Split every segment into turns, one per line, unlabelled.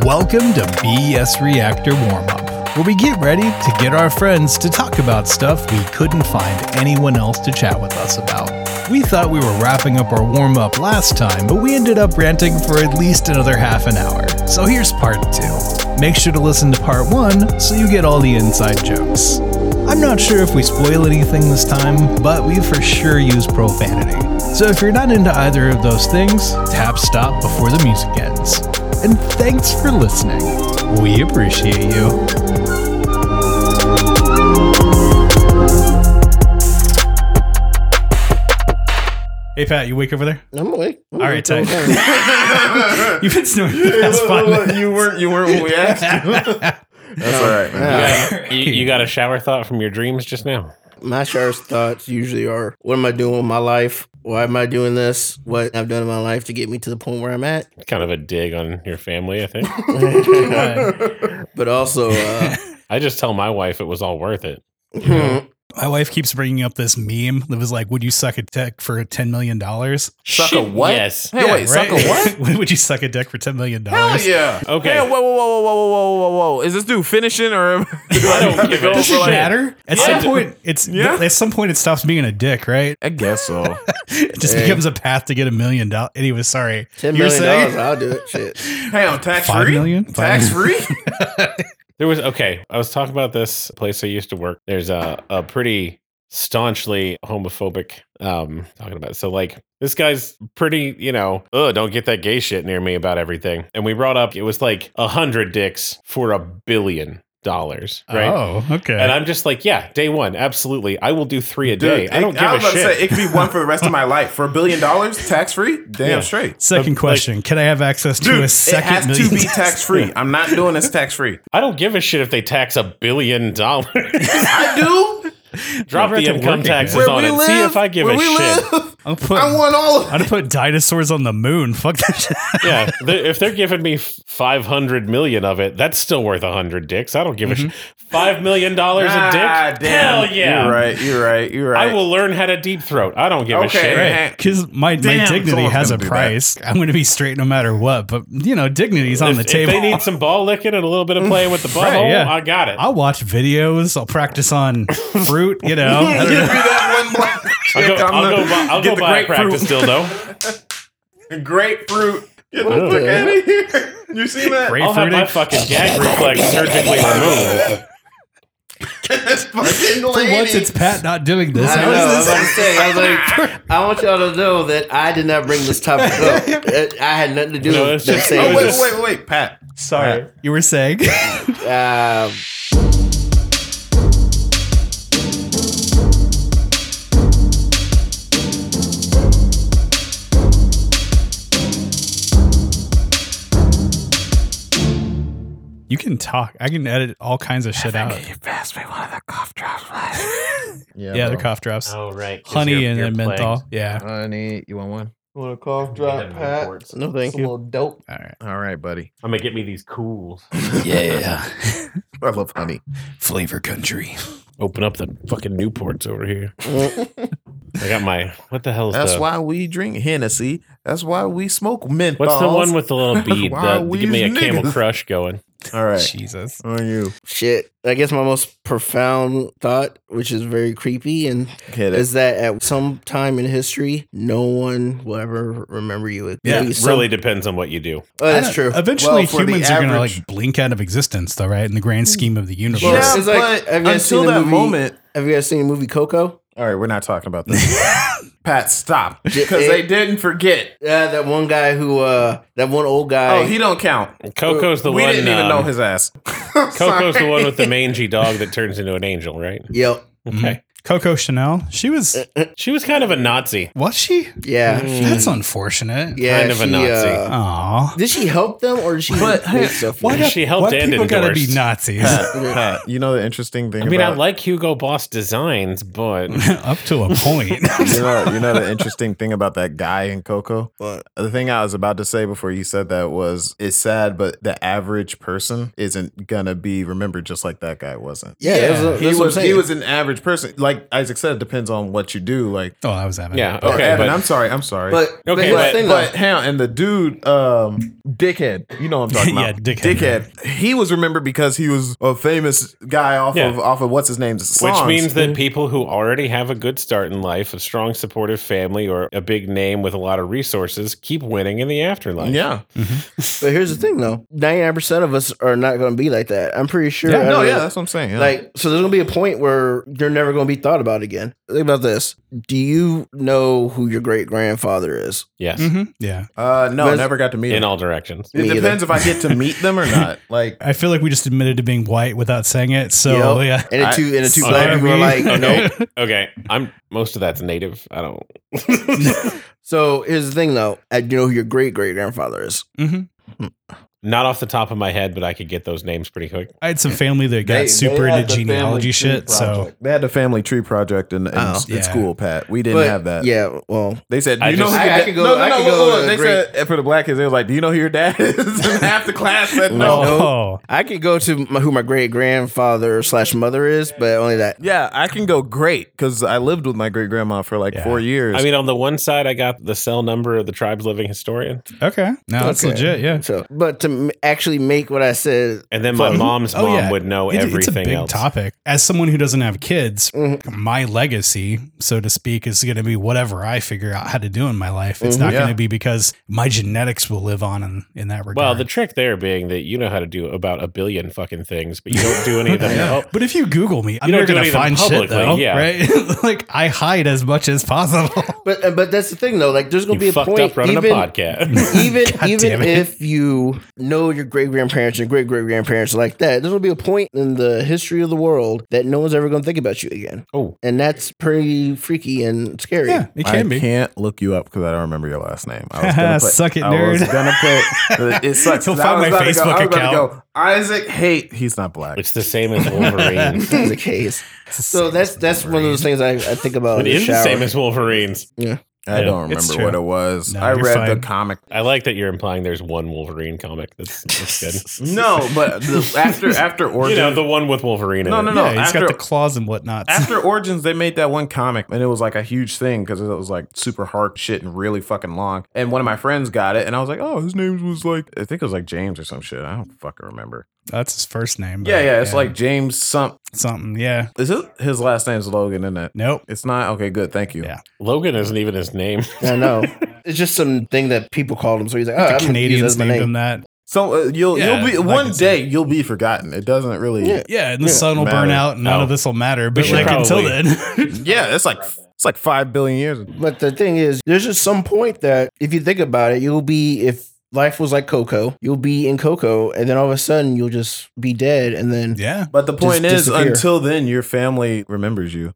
Welcome to BS Reactor Warm Up, where we get ready to get our friends to talk about stuff we couldn't find anyone else to chat with us about. We thought we were wrapping up our warm up last time, but we ended up ranting for at least another half an hour. So here's part two. Make sure to listen to part one so you get all the inside jokes. I'm not sure if we spoil anything this time, but we for sure use profanity. So if you're not into either of those things, tap stop before the music ends and thanks for listening. We appreciate you. Hey Pat, you wake over there?
I'm awake. I'm
All right, tight.
awake. I'm awake.
You've been snoring for the past five minutes.
You weren't. You weren't when we asked you. That's all right, man.
you, you got a shower thought from your dreams just now.
my shirt's thoughts usually are what am I doing with my life? Why am I doing this? What I've done in my life to get me to the point where I'm at.
Kind of a dig on your family, I think.
But also, uh,
I just tell my wife it was all worth it.
My wife keeps bringing up this meme that was like, "Would you suck a dick for ten million dollars?"
Suck a
Shit,
what?
Yes.
Hey, wait. Suck a what?
Would you suck a dick for ten million
Hell
dollars?
yeah.
Okay.
Hey, whoa, whoa, whoa, whoa, whoa, whoa, whoa, whoa. Is this dude finishing or?
I don't give a
Does it
shit.
matter? At some
Yeah.
point, it's
Yeah.
at some point it stops being a dick, right?
I guess so.
It just becomes a path to get a million dollars. Anyway, sorry,
ten
You're
million
saying-
dollars, I'll do it. Shit.
Hey, on tax
Five
free.
million? Five-
Tax free.
There was okay. I was talking about this place I used to work. There's a a pretty staunchly homophobic um talking about. So like this guy's pretty, you know, oh, don't get that gay shit near me about everything. And we brought up it was like a hundred dicks for a billion dollars, right?
Oh, okay.
And I'm just like, yeah, day one, absolutely. I will do three a day. I don't
it-
give
I
a
was about
shit.
to say it could be one for the rest of my life for a billion dollars, tax free. Damn
Yeah.
straight.
Second question: Can I have access to
Dude,
a
it
second
has to
million
be tax free. I'm not doing this tax free.
I don't give a shit if they tax a billion dollars.
I do.
Drop
Never
the
had to
income
work
taxes
again.
on it. See if I give
where
a
we
shit.
live,
I'll put,
I want all of
I'd put dinosaurs on the moon. Fuck that shit.
yeah, they if they're giving me f- five hundred million of it, that's still worth a hundred dicks. I don't give a shit. Five million dollars a
Mm-hmm. Ah,
dick?
damn.
Hell yeah!
You're right. You're right. You're right.
I will learn how to deep throat. I don't give a
Okay.
shit.
Right.
Because my, my
Damn,
dignity
someone's
has a
gonna do that.
price. I'm going to be straight no matter what. But you know, dignity's on
If,
the
if
table.
they need some ball licking and a little bit
Mm.
of playing with the butthole,
yeah.
I got it.
I'll watch videos. I'll practice on fruit. You know, I
Give
don't
me
know.
that one black
I'll go,
chick. I'm
I'll
the-
go buy, I'll
get
go
the
buy a
grapefruit.
practice dildo.
grapefruit. Get the fuck out of here. You see that?
I'll have my
Grapefruiting.
fucking gag reflex surgically removed.
This fucking
For
lady.
once, it's Pat not doing this.
I
How
know.
is this-
I was about to say. I was like, I want y'all to know that I did not bring this topic up. It- I had nothing to do
No,
with
it's
them
just-
Oh,
saying
wait,
this.
wait, wait, Pat.
Sorry, you were saying.
Um,
You can talk. I can edit all kinds of shit out. You passed me one of the cough drops
Oh,
last. yeah, they're cough drops.
Oh, right,
Honey and, and menthol. Yeah.
Honey, you want one?
Want a cough
no, thank you. dope.
All right.
All right, buddy.
I'm gonna get me these cools.
Yeah.
I love honey.
Flavor country.
Open up the fucking Newports over here. I got my. What the hell is
That's
the,
why we drink Hennessy. That's why we smoke menthols.
What's the one with the little bead?
Why
The,
we
give me a
niggas?
Camel Crush going.
All right.
Jesus.
On you.
Shit. I guess my most profound thought, which is very creepy and
Okay,
is that at some time in history, no one will ever remember you. It
Yeah,
really
really depends on what you do.
Oh,
I
that's
don't-
true.
Eventually,
Well, for the
humans are going to
average-
like blink out of existence, though, right? In the grand scheme of the universe.
Well,
yeah,
it's like-
but
have you guys seen
until
the
that
movie-
moment.
Have you guys seen the movie Coco?
All right, we're not talking about this. Pat, stop.
J-
Because they didn't forget.
Yeah, that one guy who, uh, that one old guy.
Oh, he don't count.
Coco's the
we
one.
didn't even
um,
know his ass.
Coco's the one with the mangy dog that turns into an angel, right?
Yep.
Okay.
Coco Chanel. She was.
Eh.
She was kind of a Nazi.
Was she?
Yeah.
That's unfortunate.
yeah.
kind of a
she,
Nazi.
uh,
Aw.
did she help them or did she
But, hey,
make stuff?
Why
up?
do-
She helped
why
and
people gotta be
endorsed.
Nazis
Pat, you know the interesting thing
I mean, I
about
like Hugo Boss designs, but
up to a point.
you know, you know the interesting thing about that guy in Coco?
What?
The thing I was about to say before you said that was it's sad, but the average person isn't gonna be remembered just like that guy wasn't.
Yeah, that's what-
he
that's what I'm
was he
saying.
was an average person. Like like Isaac said, it depends on what you do. Like,
Oh, I was having.
Yeah.
oh,
Okay,
Evan,
but-
I'm sorry, I'm sorry.
But but
Okay,
here's the
but-
thing, though.
but hang on, and the dude, um, dickhead, you know what I'm talking
Yeah,
about?
dickhead.
dickhead. He was remembered because he was a famous guy off
Yeah.
of off of what's his name's
Which
songs.
means
Mm-hmm.
that people who already have a good start in life, a strong supportive family, or a big name with a lot of resources keep winning in the afterlife.
yeah,
But here's the thing, though. Ninety nine percent of us are not going to be like that. I'm pretty sure.
yeah,
I
no,
mean,
yeah, that's what I'm saying. yeah.
Like, so there's going to be a point where you're never going to be thought about again. Think about this. Do you know who your great grandfather is?
Yes.
hmm Yeah.
uh, no,
There's-
never got to meet
In
him.
all directions.
It
Me
depends if I get to meet them or not. Like,
I feel like we just admitted to being white without saying it. So
Yep.
yeah.
And the
I-
two and the two
Sorry.
black people are like, nope.
Okay. I'm most of that's native. I don't
So here's the thing, though. I do know who your great great grandfather is.
Mhm.
not off the top of my head, but I could get those names pretty quick.
I had some family that got
they-
super
they had
into
the Family Tree
genealogy shit. So
Project. they had the family tree project in, in,
Oh,
s- in
yeah.
school. Pat, we didn't
But,
have that.
Yeah. Well,
They said,
I
you know,
just-
who
I-
your
I
da-
could go-
No, no,
I
no.
could
look,
go
look,
to
they
great-
said for the black kids, they was like, do you know who your dad is? and half the class said no.
No.
oh,
I could go to my, who my great grandfather slash mother is, but only that.
Yeah, I can go great because I lived with my great grandma for like
Yeah.
four years.
I mean, on the one side, I got the cell number of the tribe's living historian,
okay. No, that's
Okay.
legit. Yeah.
So, but to m- actually make what I said,
and then my
Fun.
mom's
Oh,
mom
yeah.
would know
It's-
everything
it's a big
else.
topic. As someone who doesn't have kids,
Mhm.
Mm-hmm.
my legacy, so to speak, is going to be whatever I figure out how to do in my life. It's not
Mhm.
going
Yeah.
to be because my genetics will live on in, in that regard.
Well, the trick there being that you know how to do about a billion fucking things, but you don't do any of them.
Yeah.
Oh,
But if you Google me, I'm
don't
never
do
going to find
anything publicly,
shit though,
yeah.
Oh, right? like I hide as much as possible.
but uh, but that's the thing though. Like, there's gonna
you
be a
fucked
point.
up running
even,
a podcast.
even
God damn
even
it.
if you know your great grandparents and great great grandparents like that, there's gonna be a point in the history of the world that no one's ever gonna think about you again.
Oh.
and that's pretty freaky and scary.
yeah, it can
I
be.
can't look you up because I don't remember your last name. I was gonna put,
Suck it,
I was
nerd.
gonna put. It sucks.
He'll
'cause I
find
was
my Facebook
about to go- I was about to
account.
go, Isaac hate. He's not black.
it's the same as Wolverine.
That's the case. So that's that's one of those things I, I think
Oh,
about.
It
in the
is the
shower.
same as Wolverines.
I
Yeah,
don't
it's
remember
true.
what it was.
No,
I
you're
read
fine.
the comic.
I like that you're implying there's one Wolverine comic. That's, that's good.
No, but the, after after
you
Origins,
know, the one with Wolverine in
No,
it.
no, no.
Yeah, he's got
after-
the claws and whatnot.
after Origins, they made that one comic, and it was like a huge thing because it was like super hard shit and really fucking long. And one of my friends got it, and I was like, oh, his name was like I think it was like James or some shit. I don't fucking remember.
That's his first name. but
Yeah, yeah. It's like James. Some
something. Yeah.
is it? His last name's Logan, isn't it?
Nope.
It's not okay. Good, thank you.
Yeah.
Logan isn't even his name.
I know. It's just some thing that people called him. So he's like, oh, I'm
The
gonna use
Canadians
that as my
named
name.
him that.
So uh, you'll
Yeah,
you'll be
I
one
can see
day you'll be forgotten. It doesn't really.
Yeah.
Yeah,
Yeah, and the
Yeah.
sun will burn
Matter.
out. and None
Oh.
of this will matter. But
should
like until
probably-
then,
it's like it's like five billion years.
But the thing is, there's just some point that if you think about it, you'll be if life was like Coco, you'll be in Coco, and then all of a sudden you'll just be dead, and then yeah,
yeah,
But the point is,
disappear.
until then, your family remembers you.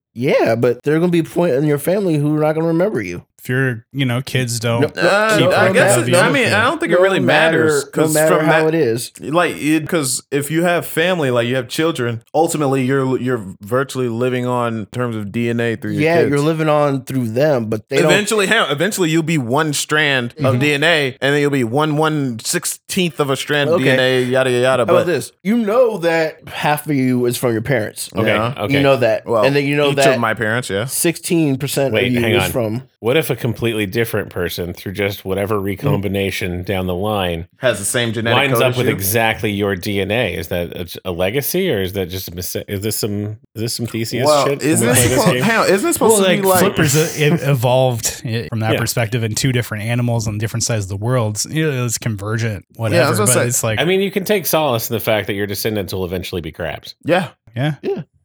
but there's gonna be a point in your family who are not gonna remember you.
if your you know kids don't.
Nope.
Uh,
Keep
I
them
guess.
out
It,
of
I
the
mean,
other
I don't think it really
No matter-
matters
no
because
matter
from
how
that,
it is.
like because if you have family like you have children ultimately you're you're virtually living on in terms of dna through your
Yeah,
kids.
you're living on through them, but they don't. Mm-hmm.
eventually hell, eventually you'll be one strand of dna and then you'll be one one sixteenth of a strand of
Okay.
dna yada yada yada
How about
but
this? You know that half of you is from your parents.
Okay,
Yeah.
okay.
You know that,
well
and then you know
each
that
of my parents yeah
sixteen percent of
Wait,
you
hang
is
on.
from.
What if a completely different person, through just whatever
Hmm.
recombination down the line,
has the same genetic
lines
code
up
as
with
you.
exactly your DNA? Is that a, a legacy, or is that just a mistake? Is this some is this some Theseus
well,
shit?
isn't
when we play
this,
this
supposed,
game?
hang on, isn't this
Well,
supposed to
like,
be like
flippers uh, it evolved uh, from that
Yeah.
perspective in two different animals on different sides of the world. So, you know, it's convergent, whatever.
was
but
gonna say,
it's like,
I mean, you can take solace in the fact that your descendants will eventually be crabs.
yeah
yeah,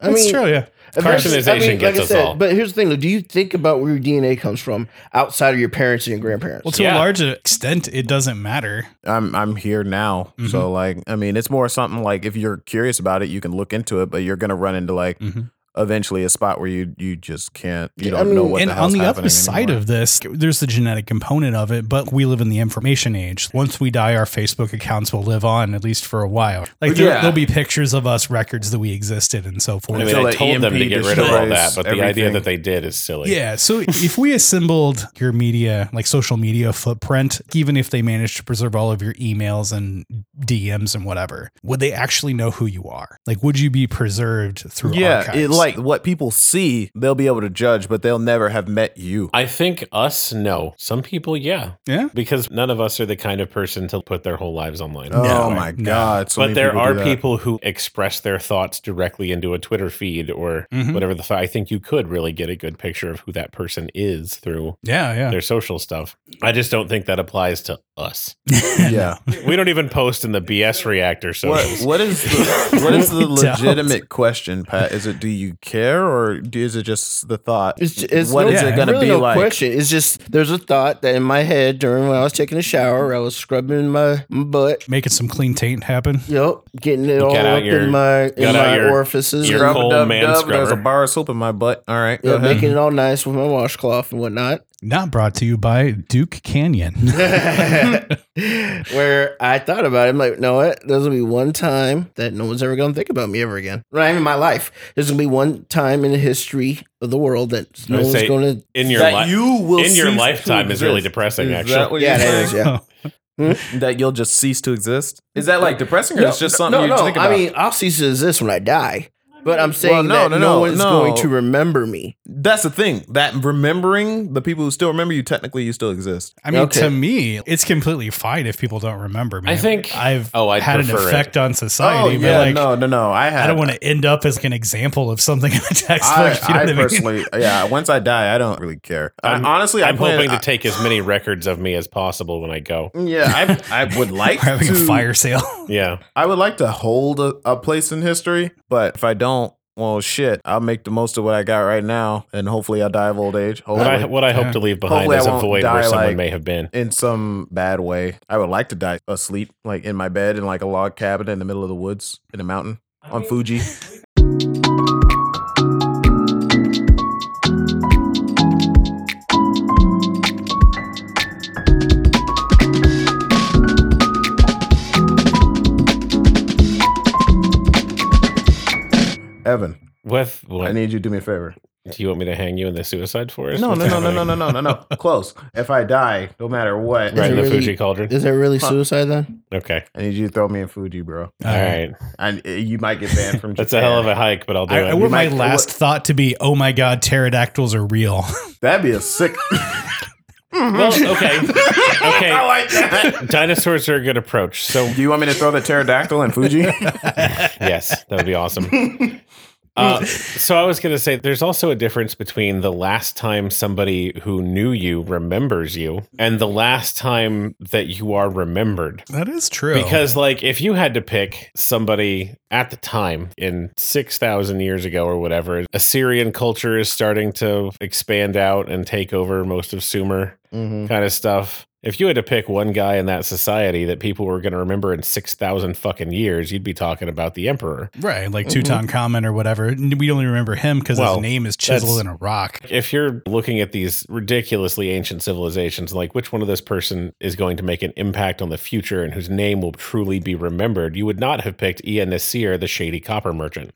I
that's
mean,
true. Yeah,
Eventually-
Carcinization gets us all.
But here's the thing: though, do you think about where your DNA comes from outside of your parents and your grandparents?
well, to
Yeah.
a large extent, it doesn't matter.
I'm I'm here now.
Mm-hmm.
So like I mean it's more something like if you're curious about it, you can look into it, but you're gonna run into like
Mhm.
eventually a spot where you you just can't you
Yeah,
don't
I
know
mean-
what
and
the
on
hell's
the
happening
other side
anymore.
of this, there's the genetic component of it, but we live in the information age. Once we die, our Facebook accounts will live on at least for a while. Like there,
Yeah.
there'll be pictures of us, records that we existed, and so forth.
I mean,
Until
I
the
told them to
EMP
get rid of all
destroys
that, but the idea
everything.
that they did is silly.
Yeah. So if we assembled your media, like social media footprint, even if they managed to preserve all of your emails and DMs and whatever, would they actually know who you are? Like, would you be preserved through
yeah,
archives?
it, like what people see, they'll be able to judge, but they'll never have met you.
I think us, no. Some people, yeah.
Yeah?
Because none of us are the kind of person to put their whole lives online.
oh
No.
my
No.
god! so
but
many
there
do
are
that.
people who express their thoughts directly into a Twitter feed or
Mhm.
whatever the. I think you could really get a good picture of who that person is through
yeah, yeah.
their social stuff. I just don't think that applies to us.
Yeah.
We don't even post in the BS reactor
What
socials.
what is the what is the
We don't.
legitimate question, Pat? Is it do you care or do, is it just the thought?
It's, it's
What
no,
is it
gonna
really
be
no
like?
Question. It's just there's a thought that in my head during when I was taking a shower, I was scrubbing my, my butt.
Making some clean taint happen.
Yep, getting it all
got out
up
your-
in my in
got out
my
your-
orifices,
your
and,
cold
Rub-a-dub-dub,
man
There's
scrubber.
a bar of soap in my butt. All right, go
yeah,
ahead.
making it all nice with my washcloth and whatnot.
Not brought to you by Duke Canyon.
Where I thought about it, I'm like, you know what? There's gonna be one time that no one's ever gonna think about me ever again. Not even my life. There's gonna be one time in the history of the world that no
would
one's
say-
gonna.
in your
that
life,
you will
in your
cease to
lifetime is really
exist.
depressing.
Is
actually,
that what
Yeah,
you're
that is.
saying?
Yeah.
That you'll just cease to exist. Is that like depressing or it's just something
no,
you
no.
think about?
I mean, I'll cease to exist when I die. But I'm saying
no,
that no,
no, no,
one's
no.
going to remember me.
That's the thing. That remembering the people who still remember you, technically, you still exist.
I mean,
Okay.
to me, it's completely fine if people don't remember me.
I think-
I've
Oh, I'd
had an
prefer it.
effect on society,
oh
but
yeah,
like,
no, no, no. I have.
I don't want to end up as like, an example of something in a textbook.
I,
you know
I
what I mean?
personally, yeah. Once I die, I don't really care. I-
I'm-
honestly,
I'm
I plan,
hoping to take as many records of me as possible when I go.
I- yeah, I, I would like
We're having
to.
a fire sale.
Yeah,
I would like to hold a, a place in history, but if I don't, well, shit. I'll make the most of what I got right now, and hopefully, I'll die of old age.
what I
Hopefully,
what I
Yeah.
hope to leave behind
Hopefully I
is a
won't
void
die
where someone
like-
may have been.
in some bad way. I would like to die asleep, like in my bed in like a log cabin in the middle of the woods in a mountain on Fuji. Evan,
With
I
what?
need you to do me a favor.
Do you want me to hang you in the suicide forest?
No,
What's
no, no, no,
happening?
no, no, no, no, no. Close. If I die, no matter what,
Right in the
Is it really-
Fuji cauldron.
Is that really
Huh.
suicide then?
Okay.
I need you to throw me in Fuji, bro.
All right.
And uh, you might get banned from.
That's a hell of a hike, but I'll do
I,
it.
I want my
might-
last thought to be, "Oh my God, pterodactyls are real."
That'd be a sick.
well, okay. Okay.
I like that.
Dinosaurs are a good approach. So,
Do you want me to throw the pterodactyl in Fuji?
yes, that would be awesome. Uh, so, I was going to say there's also a difference between the last time somebody who knew you remembers you and the last time that you are remembered.
that is true.
Because, like, if you had to pick somebody at the time in 6,000 years ago or whatever, Assyrian culture is starting to expand out and take over most of Sumer
Mm-hmm.
kind of stuff. If you had to pick one guy in that society that people were going to remember in 6,000 fucking years, you'd be talking about the emperor.
right, like Tutankhamun or whatever, and we only remember him because
Mm-hmm. Well,
his name is chiseled
that's-
in a rock.
If you're looking at these ridiculously ancient civilizations, like which one of this person is going to make an impact on the future and whose name will truly be remembered, you would not have picked Ea Nasir, the shady copper merchant.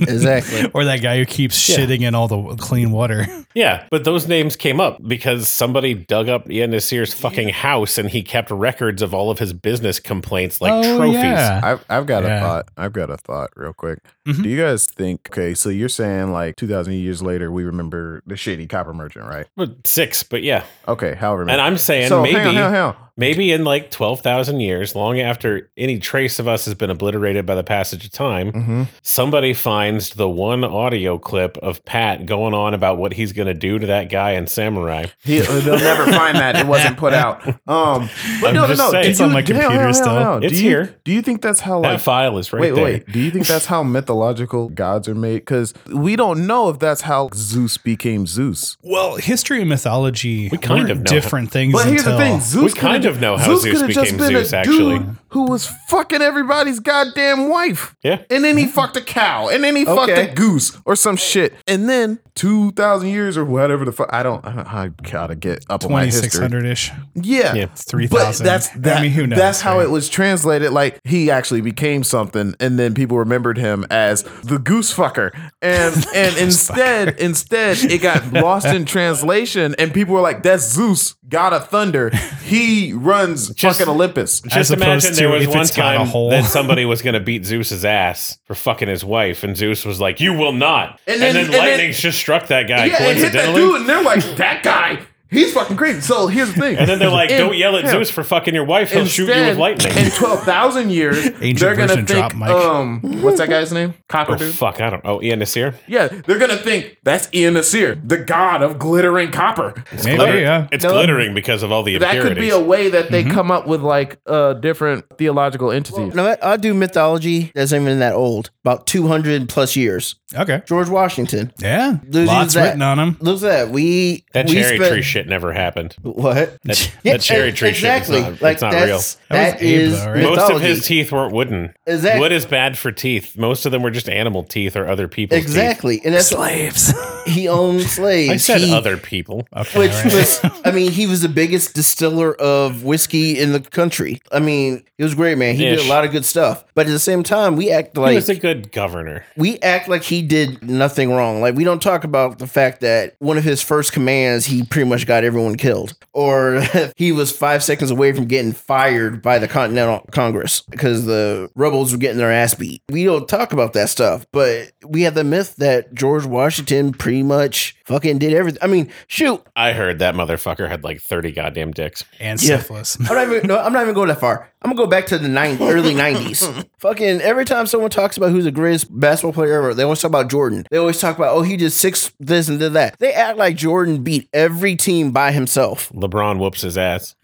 Exactly.
Or that guy who keeps
Yeah.
shitting in all the w- clean water.
Yeah, but those names came up because somebody dug up Ea Nasir's fucking house and he kept records of all of his business complaints like
Oh,
trophies.
yeah.
I've, I've got
Yeah.
a thought. I've got a thought real quick.
Mhm.
Mm-hmm.
Do you guys think, okay, so you're saying like 2,000 years later, we remember the shady copper merchant, right?
But six, but yeah.
Okay, however many.
And I'm saying
so,
maybe.
Hang on, hang on, hang on.
Maybe in like 12,000 years, long after any trace of us has been obliterated by the passage of time,
Mhm.
somebody finds the one audio clip of Pat going on about what he's going to do to that guy in Samurai.
He, uh, they'll never find that. It wasn't put out. Um, but
I'm
no, no,
just
no.
saying.
Do
It's
you-
on my
hang on,
computer
hang on,
still.
hang on. Do
It's
you-
here.
Do you think that's how
That
like
file is right
wait,
there.
wait. Do you think that's how mythological gods are made? Because we don't know if that's how Zeus became Zeus.
Well, history and mythology
We kind
weren't
of know.
different things.
But here's
until,
the thing: Zeus
We kind
could've-
of know how Zeus
could've
became Zeus, actually.
who was fucking everybody's goddamn wife.
Yeah.
And then he fucked a cow, and then he
Okay.
fucked a goose or some shit, and then two thousand years or whatever the fuck. I don't. I, don't- I gotta get up on my history.
2600 ish.
Yeah.
Yeah.
It's 3000.
But that's that,
I mean, who knows?
that's how
right?
it was translated. Like he actually became something, and then people remembered him as the goose fucker. And and instead, instead, it got lost in translation, and people were like, "That's Zeus." God of Thunder, he runs
Just-
fucking Olympus.
As
Just imagine
opposed
there
to
was
if
one
it's got a
time
hole.
that somebody was going to beat Zeus's ass for fucking his wife, and Zeus was like, "You will not."
And
And
then-
then,
and then-
lightning just struck that guy
yeah, and hit that
coincidentally.
dude, and they're like, that guy, he's fucking crazy. So here's the thing.
And then they're like,
In-
"Don't yell at
yeah.
Zeus for fucking your wife; he'll shoot you with
Instead,
lightning."
In twelve thousand years,
Ancient
they're gonna
version
think.
drop mic.
Um, what's that guy's name? Copper
oh
dude.
fuck, I don't. Oh, Ian Nasir.
Yeah, they're gonna think that's Ian Nasir, the god of glittering copper.
Maybe,
Glitter-
yeah.
It's
No.
glittering because of all the
That could be
impurities. Mm-hmm.
a way that they come up with like uh different theological entities.
No, I, I do mythology that's not even that old, about 200 plus years.
Okay.
George Washington.
Yeah.
There's
Lots
that.
written on them.
Look at that. We
that
we
cherry
spent-
tree shit never happened.
What?
That- that cherry
e-
tree shit is
exactly.
not-
like
it's not
that's,
real.
That
That
was Abe,
is
though, right?
mythology.
Most of his teeth were wooden.
Exactly.
Wood is bad for teeth. Most of them were just animal teeth or other people's
exactly, and that's
Slaves.
he owned slaves.
teeth. I said
He-
other people.
Okay.
Which
all right.
was, I mean, he was the biggest distiller of whiskey in the country. I mean, he was great, man. He did
Ish.
a lot of good stuff. But at the same time, we act
he
like
was a good governor.
we act like he did nothing wrong. Like we don't talk about the fact that one of his first commands, he pretty much got everyone killed, or he was five seconds away from getting fired by the Continental Congress because the rebels were getting their ass beat. We don't talk about that stuff, but we have the myth that George Washington pretty much fucking did everything. I mean, shoot,
I heard that motherfucker had like thirty goddamn dicks.
and
Yeah.
syphilis.
I'm not even. No, I'm not even going that far. I'm gonna go back to the nine, early '90s. Fucking every time someone talks about who's the greatest basketball player ever, they always talk about Jordan. They always talk about oh he did six this and did that. They act like Jordan beat every team by himself.
LeBron whoops his ass.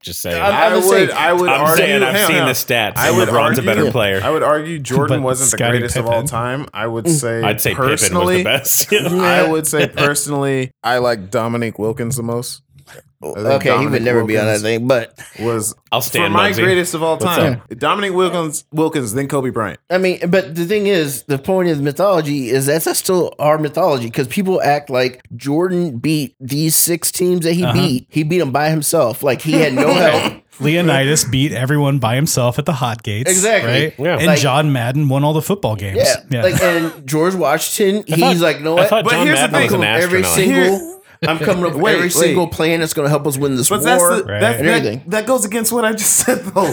Just saying.
I'm-
I'm,
I would say-
I would
saying I've
hang
seen
on.
the stats.
I
and
would
LeBron's a
argue-
better
yeah.
player.
I would argue Jordan
But
wasn't the
Scottie
greatest of all
Pippen.
time. I would say
Mm. I'd say Pippen was the
personally.
best.
I would say personally, I like Dominique Wilkins the most. think
Okay, he would
Dominic
never be on that
Wilkins-
thing. But
Was
I'll
for
stand
my
Muggsy.
greatest of all
What's
time, Dominique Wilkins, Wilkins, then Kobe Bryant.
I mean, but the thing is, the point of mythology is that's that's still our mythology because people act like Jordan beat these six teams that he
Uh-huh.
beat. He beat them by himself. Like he had no help.
Leonidas beat everyone by himself at the hot gates.
Exactly.
Right?
Yeah.
And
Like-
John Madden won all the football games.
Yeah, like and George Washington, he's
thought-
like, no,
I thought
But
John
here's the
Madden was
thing.
an
every
astronaut.
single. I'm coming up with
Wait,
every
wait.
single plan that's going to help us win this
But that's
war.
the,
Right.
that's,
and everything.
that, that goes against what I just said though.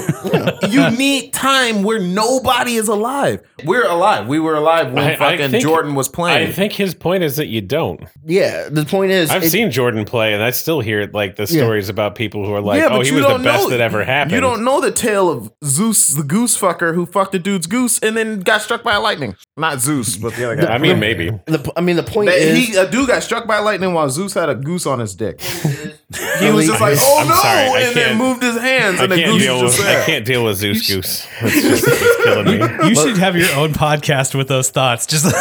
you need time where nobody is alive. We're alive. We were alive when
I- I
fucking
think-
Jordan was playing.
I think his point is that you don't.
yeah, the point is,
I've
it-
seen Jordan play, and I still hear like the
Yeah.
stories about people who are like,
Yeah,
"Oh,
but
he
you
was the
don't
best
know-
that ever happened."
you don't know the tale of Zeus, the goose fucker, who fucked a dude's goose and then got struck by lightning. Not Zeus, but the other guy.
I mean, maybe.
the, I mean, the point
That
is,
he, a dude got struck by lightning while Zeus had a goose on his dick. He was just
I-
like, "Oh
I'm
no!"
sorry, I
and then
can't-
moved his hands,
I
and the
can't,
goose
deal
just
with, I
there.
can't deal with Zeus Goose. That's just it's killing me.
You should have your own podcast with those thoughts. Just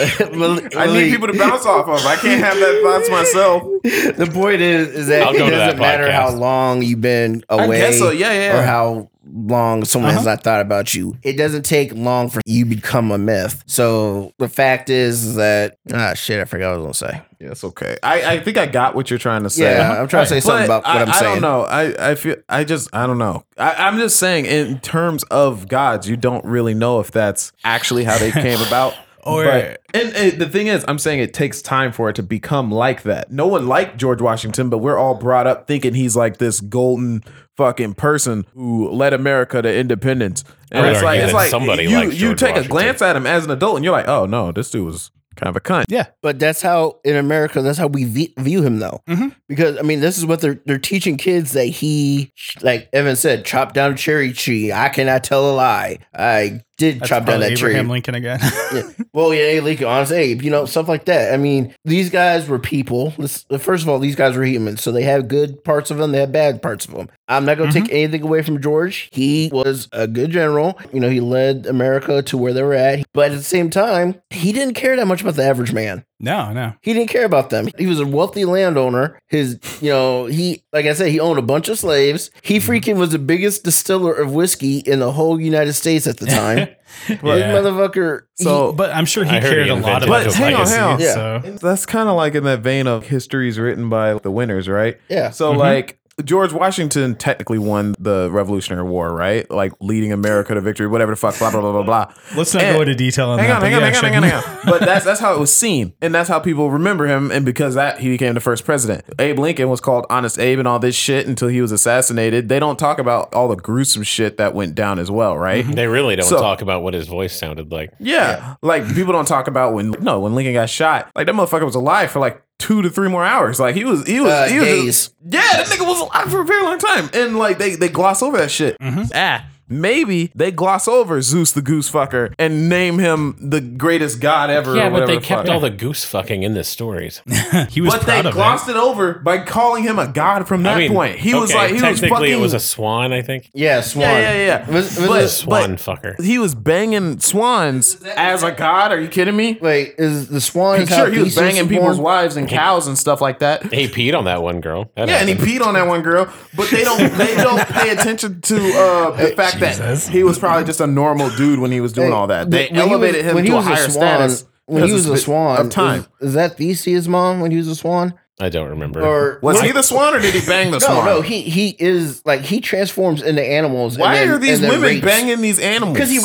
I need people to bounce off of. I can't have that thoughts myself.
the point is, is that
I'll
it
go to that
doesn't matter
podcast.
how long you've been
I
away,
guess so. Yeah, yeah.
or how long someone has
Uh-huh.
not thought about you. It doesn't take long for you to become a myth. So the fact is that ah shit, I forgot what I was going to say.
Yeah, it's okay. I, I think I got what you're trying to say.
Yeah, I'm trying to say
But
something about what
I,
I'm
I
saying.
don't know. I, I feel I just I don't know. I, I'm just saying in terms of gods, you don't really know if that's actually how they came about.
Or-
But- and, and the thing is, I'm saying it takes time for it to become like that. No one liked George Washington, but we're all brought up thinking he's like this golden fucking person who led America to independence. And
I would
it's like
argue
it's
that
like
somebody
you,
likes
you
George
take a
Washington.
glance at him as an adult, and you're like, oh no, this dude was kind of a cunt.
yeah.
But that's how in America, that's how we ve- view him, though.
Mhm.
Because I mean, this is what they're they're teaching kids that he, like Evan said, chopped down a cherry tree. I cannot tell a lie. I did
That's
chop down
probably
that
Abraham
tree.
Lincoln again.
Yeah. Well, yeah, Abe Lincoln, honest Abe, you know, stuff like that. I mean, these guys were people. This, first of all, these guys were humans, so they had good parts of them, they had bad parts of them. I'm not going to
Mm-hmm.
take anything away from George. He was a good general. You know, he led America to where they were at. But at the same time, he didn't care that much about the average man.
No, no.
He didn't care about them. He was a wealthy landowner. His, you know, he, like I said, he owned a bunch of slaves. He
Mm-hmm.
freaking was the biggest distiller of whiskey in the whole United States at the time. This
Yeah.
motherfucker.
So,
But I'm sure he
I heard
cared
he
a lot
invented
about
it.
his
But hang on,
legacy.
hang on.
Yeah.
So
That's kind of like in that vein of histories written by the winners, right?
he- yeah.
So
Mhm.
like George Washington technically won the Revolutionary War, right? Like leading America to victory, whatever the fuck, blah blah blah blah blah.
Let's not
And-
go into detail on
Hang
that.
on,
but
hang on,
yeah,
hang on,
sure.
hang on, hang on. But that's that's how it was seen, and that's how people remember him. And because that he became the first president. Abe Lincoln was called Honest Abe and all this shit until he was assassinated. They don't talk about all the gruesome shit that went down as well, right?
They really don't
So-
talk about what his voice sounded like.
Yeah. Like people don't talk about when no, when Lincoln got shot. Like that motherfucker was alive for like two to three more hours. Like he was he was,
Uh,
he was
days.
Yeah, that nigga was alive for a very long time. And like they they gloss over that shit.
Mm-hmm.
Ah. Maybe they gloss over Zeus the goose fucker and name him the greatest god ever.
yeah,
or
but
whatever
they
the
kept
fuck.
all the goose fucking in the stories.
He was
But they
proud of it.
glossed it. over by calling him a god from that
I mean,
point. He was
okay,
like he was
technically
fucking
it was a swan, I think.
Yeah, Swan.
yeah, yeah, yeah.
Was- was
But-
this-
Swan fucker.
he was banging swans as a god. Are you kidding me?
wait, is the Swan?
And
how
sure, he was
Theseus born?
banging people's wives and cows and stuff like that.
He peed on that one girl. That
Yeah, and he
happened.
peed on that one girl, but they don't they don't pay attention to uh, the fact
Jesus.
that he was probably just a normal dude when he was doing all that. They
When he was-
elevated him
when he
to a
was
higher
swan,
status
When he
because
was a
of-
swan,
of time.
Is, is that Theseus' mom when he was a swan?
I don't remember.
Or
Was he the swan or did he bang the
no,
swan?
no, he he is like he transforms into animals. and
Why
then-
are these
and then
women
rapes.
banging these animals?
'Cause he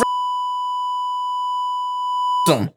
them?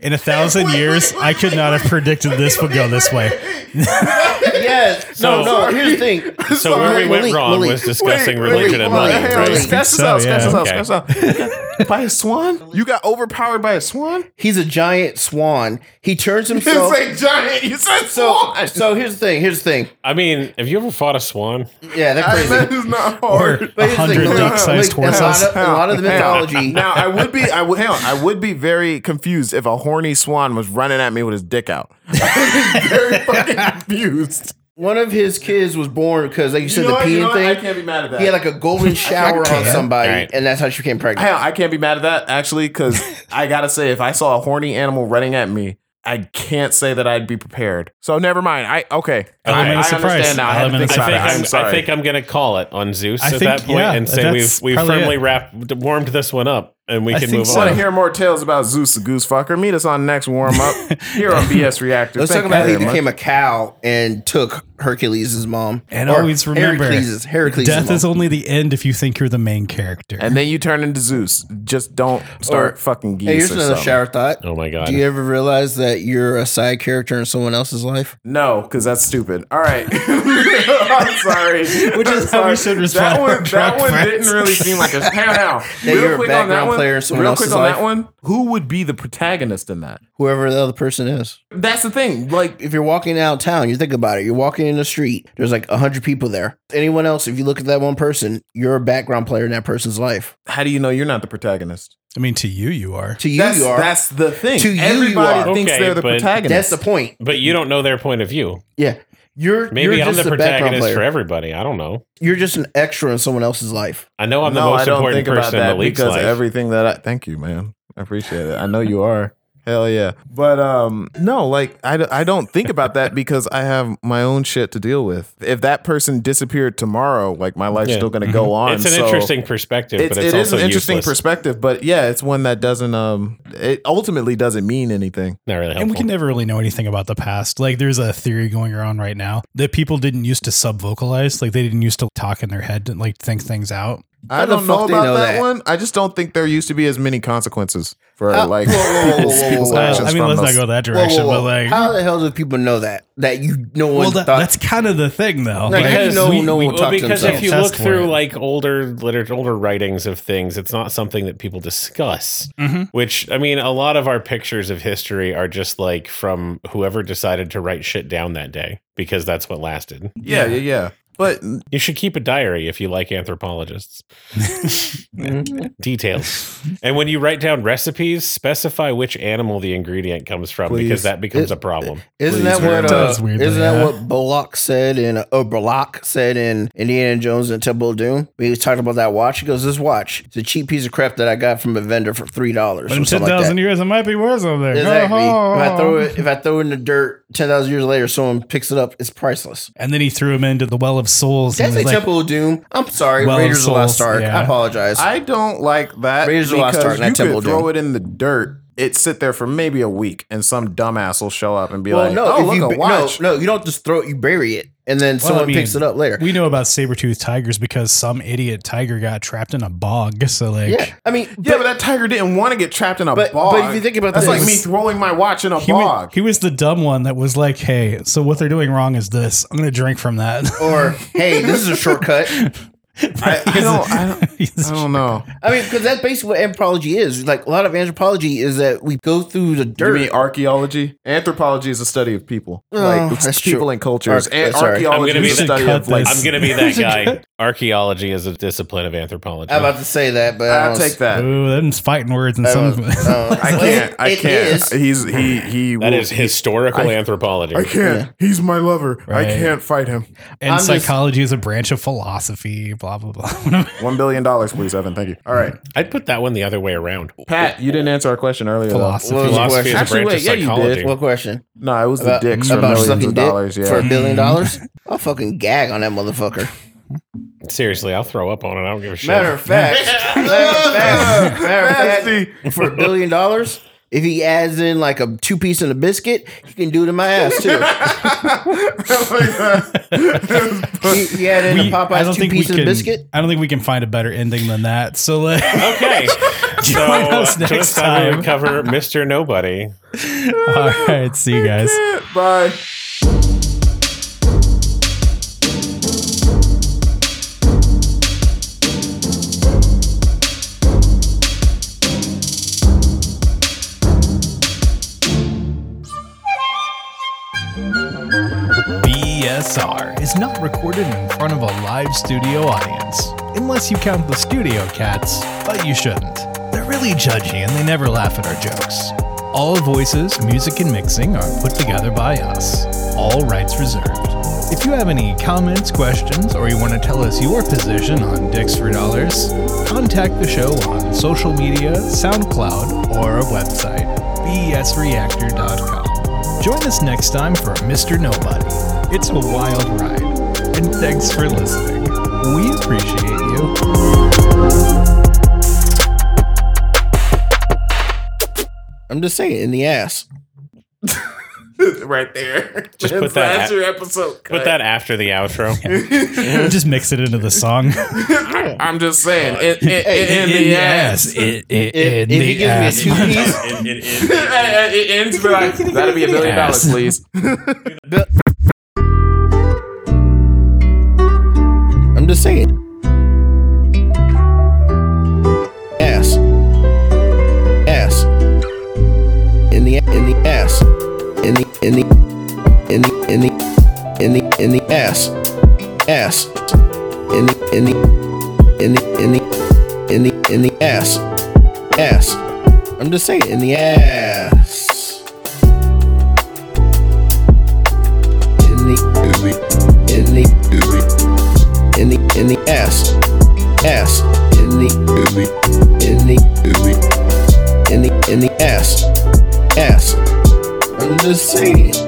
In a thousand years, I could not have predicted this would go this way.
Yes. No,
So-
no. Here's the thing.
so where we went
Malik,
wrong
Malik,
was discussing
wait,
religion and
hold on,
money.
hang on,
right?
hang on.
Scratch this
so,
out, scratch
yeah.
this out,
Okay.
scratch this out. By a swan? You got overpowered by a swan?
He's a giant swan. He turns himself.
It's a giant. You said
So,
swan.
so here's the thing. Here's the thing.
I mean, have you ever fought a swan?
Yeah, they're
I-
crazy.
that is not
Or
hard.
a hundred
Wait,
duck sized
wait, and a lot
horses.
of- a lot of the
Hang on.
mythology-
Now I would be, I would hang on, I would be very confused if a horny swan was running at me with his dick out. I'd be very fucking confused.
One of his kids was born because, like you said, the peeing thing.
be mad at that.
He had like a golden shower on somebody,
Alright.
and that's how she became pregnant.
Hell, I can't be mad at that actually, because I gotta say, if I saw a horny animal running at me, I can't say that I'd be prepared. So never mind. I okay. I, I
Element of surprise.
understand now. I had to
Element
think
of
about
I
it.
think
surprise.
I'm
I'm,
sorry.
I think I'm gonna call it on Zeus
I
at
think-
that point
yeah,
and say
that's
we've we've
probably
firmly
it.
wrapped warmed this one up and we
I
can
think
move
so.
Want
on.
to hear more tales about Zeus the Goose Fucker? Meet us on next warm up here on BS Reactor.
Let's
Thank
talk about
you
how he
very much.
became a cow and took Hercules' mom.
And
Or
always remember
Heracles' Heracles'
death
mom.
is only the end if you think you're the main character.
and then you turn into Zeus. Just don't start
Or-
fucking geese.
Hey, here's
or
another
something.
shower thought.
Oh my god.
Do you ever realize that you're a side character in someone else's life?
No, because that's stupid. All right, I'm sorry.
Which
I'm
is how we
sorry.
should respond
That
to
one,
our
that
drunk
one
friends.
didn't really seem like a hang on, hang on.
That you're a background player in someone
Real quick
else's
on that
life.
one. Who would be the protagonist in that?
Whoever the other person is.
That's the thing. Like,
If you're walking downtown, you think about it. You're walking in the street. There's like a hundred people there. Anyone else? If you look at that one person, you're a background player in that person's life.
how do you know you're not the protagonist?
I mean, to you, you are.
To you,
That's,
you are. That's,
that's the thing.
To you, you
Everybody
are.
thinks
Okay,
they're the
but-
protagonist.
the point.
but you don't know their point of view.
Yeah, you're
Maybe
You're
I'm
just
the
a background
protagonist
player.
for everybody. I don't know.
You're just an extra in someone else's life.
I know I'm
no,
the most
I don't
important
think about
person in the
that
league's
because
life.
everything that I thank you, man. I appreciate it. I know you are. Hell yeah. But um no, like I, d- I don't think about that because I have my own shit to deal with. If that person disappeared tomorrow, like my life's
Yeah. Mm-hmm.
still going to go on.
it's an
so
interesting perspective,
It's,
but it's
it is
also
an interesting
useless.
perspective, but yeah, it's one that doesn't um it ultimately doesn't mean anything.
Not really helpful.
And we can never really know anything about the past. Like, there's a theory going around right now that people didn't used to sub vocalize. Like, they didn't used to talk in their head and, like, think things out.
I
How the
don't know
fuck they
about
know
that,
that?
one. I just don't think there used to be as many consequences for
Uh,
like
whoa, whoa, whoa, whoa,
people's
whoa, whoa.
actions
I mean,
from
let's
those-
not go that
Whoa,
direction,
whoa, whoa.
but, like,
how the hell do people know that? That you no one
well, that,
thought.
that's kind of the thing, though.
No,
Like,
because no,
we-
no
we-
one
well,
talked to
because if
themselves.
you
Test
look through
for it.
like older literature, older writings of things, it's not something that people discuss.
Mhm.
Which I mean, a lot of our pictures of history are just like from whoever decided to write shit down that day because that's what lasted.
Yeah, yeah, yeah. But
You should keep a diary if you like anthropologists. Details. And when you write down recipes, specify which animal the ingredient comes from because
Please.
that becomes
It-
a problem.
Isn't
Please,
that what?
man.
Uh,
That's weird,
isn't
yeah.
that what Bullock said in? Oh, Bullock said in Indiana Jones and Temple of Doom. We was talking about that watch. He goes, "This watch, it's a cheap piece of crap that I got from a vendor for three dollars
But in
or something like
10,000
that."
years, it might be worse over there.
Exactly.
Oh.
If I throw it, if I throw it in the dirt, ten thousand years later, someone picks it up. It's priceless.
And then he threw him into the well of souls.
That's
and
a
was like,
Temple of Doom. I'm sorry,
Well,
Raiders of the Lost
Souls,
Ark.
yeah.
I apologize.
I don't like that
Raiders of the
because
Lost Ark,
you
not
could
Temple Doom.
throw it in the dirt it sit there for maybe a week, and some dumbass will show up and be
well,
like,
no,
"Oh,
if
look,
you
a
bu-
watch."
no, no, you don't just throw it. You bury it, and then
Well, I
someone
mean,
picks it up later.
We know about saber-toothed tigers because some idiot tiger got trapped in a bog. So like,
yeah, I mean,
yeah, but that tiger didn't want to get trapped in a
But-
bog.
but if you think about
that's
this-
like me throwing my watch in a
he, wa-
bog.
he was the dumb one that was like, "Hey, so what they're doing wrong is this. I'm gonna drink from that."
or hey, this is a shortcut.
I, I don't, I don't,
He's-
I don't know.
I mean, because that's basically what anthropology is. Like a lot of anthropology is that we go through the
You
dirt.
mean archaeology? Anthropology is the study of people,
Oh,
like it's
that's
people
true.
and cultures.
Arch-
and
Uh, sorry.
I'm
archaeology
gonna be
is
the
the study
cut
of like.
I'm gonna be that guy. Archaeology is a discipline of anthropology.
I'm about to say that, but
I'll
don't-
take that.
Ooh, that's fighting words and
I
some.
don't- don't-
I can't. I
It
can't.
is.
He's he he.
that
will-
is historical anthropology.
I can't. He's my lover.
Right.
I can't fight him.
and
I'm just-
psychology is a branch of philosophy. Blah blah blah.
One billion dollars, please, Evan. Thank you. All right,
I'd put that one the other way around.
Pat, you didn't answer our question earlier. though.
philosophy.
Well,
Philosophy is a
Actually,
branch of
wait, yeah, you did.
psychology.
What question?
No, it was
About-
the dicks for
about
millions
sucking
of
dick
dollars. Yeah,
for a
Hmm.
billion dollars? I'll fucking gag on that motherfucker.
Seriously, I'll throw up on it. I don't give a shit.
Matter of fact, matter of fact, matter of
Nasty.
fact, for a billion dollars, if he adds in like a two piece and a biscuit, he can do it in my ass too. he, he add in
We-
a Popeye's two piece and a
can.
biscuit.
I don't think we can find a better ending than that. So like,
okay. so
Join us
uh,
next
next time
time.
we cover Mr. Nobody.
all right, see you guys.
Bye.
BSR is not recorded in front of a live studio audience, unless you count the studio cats, but you shouldn't. They're really judgy and they never laugh at our jokes. All voices, music, and mixing are put together by us. All rights reserved. If you have any comments, questions, or you want to tell us your position on Dicks for Dollars, contact the show on social media, SoundCloud, or our website, bsreactor.com. Join us next time for Mr. Nobody. It's a wild ride. And thanks for listening. We appreciate you.
I'm just saying, in the ass.
right there.
Just put that at-
That's your episode.
Put that after the outro.
Just mix it into the song.
I'm just saying. It, it,
in,
it, in the ass.
It, it,
If,
in
if
the
he gives me a
ass.
two piece,
it it ends with like, that'll be a billion
Ass.
dollars, please.
I'm just saying. Ass. Ass. In the in the ass. In the in the in the in the in the in the ass. Ass. In the in the in the in the in the in the ass. Ass. I'm just saying in the ass. In the in the in the in the in the ass, ass in the in the in the in the ass, ass. I'm just saying.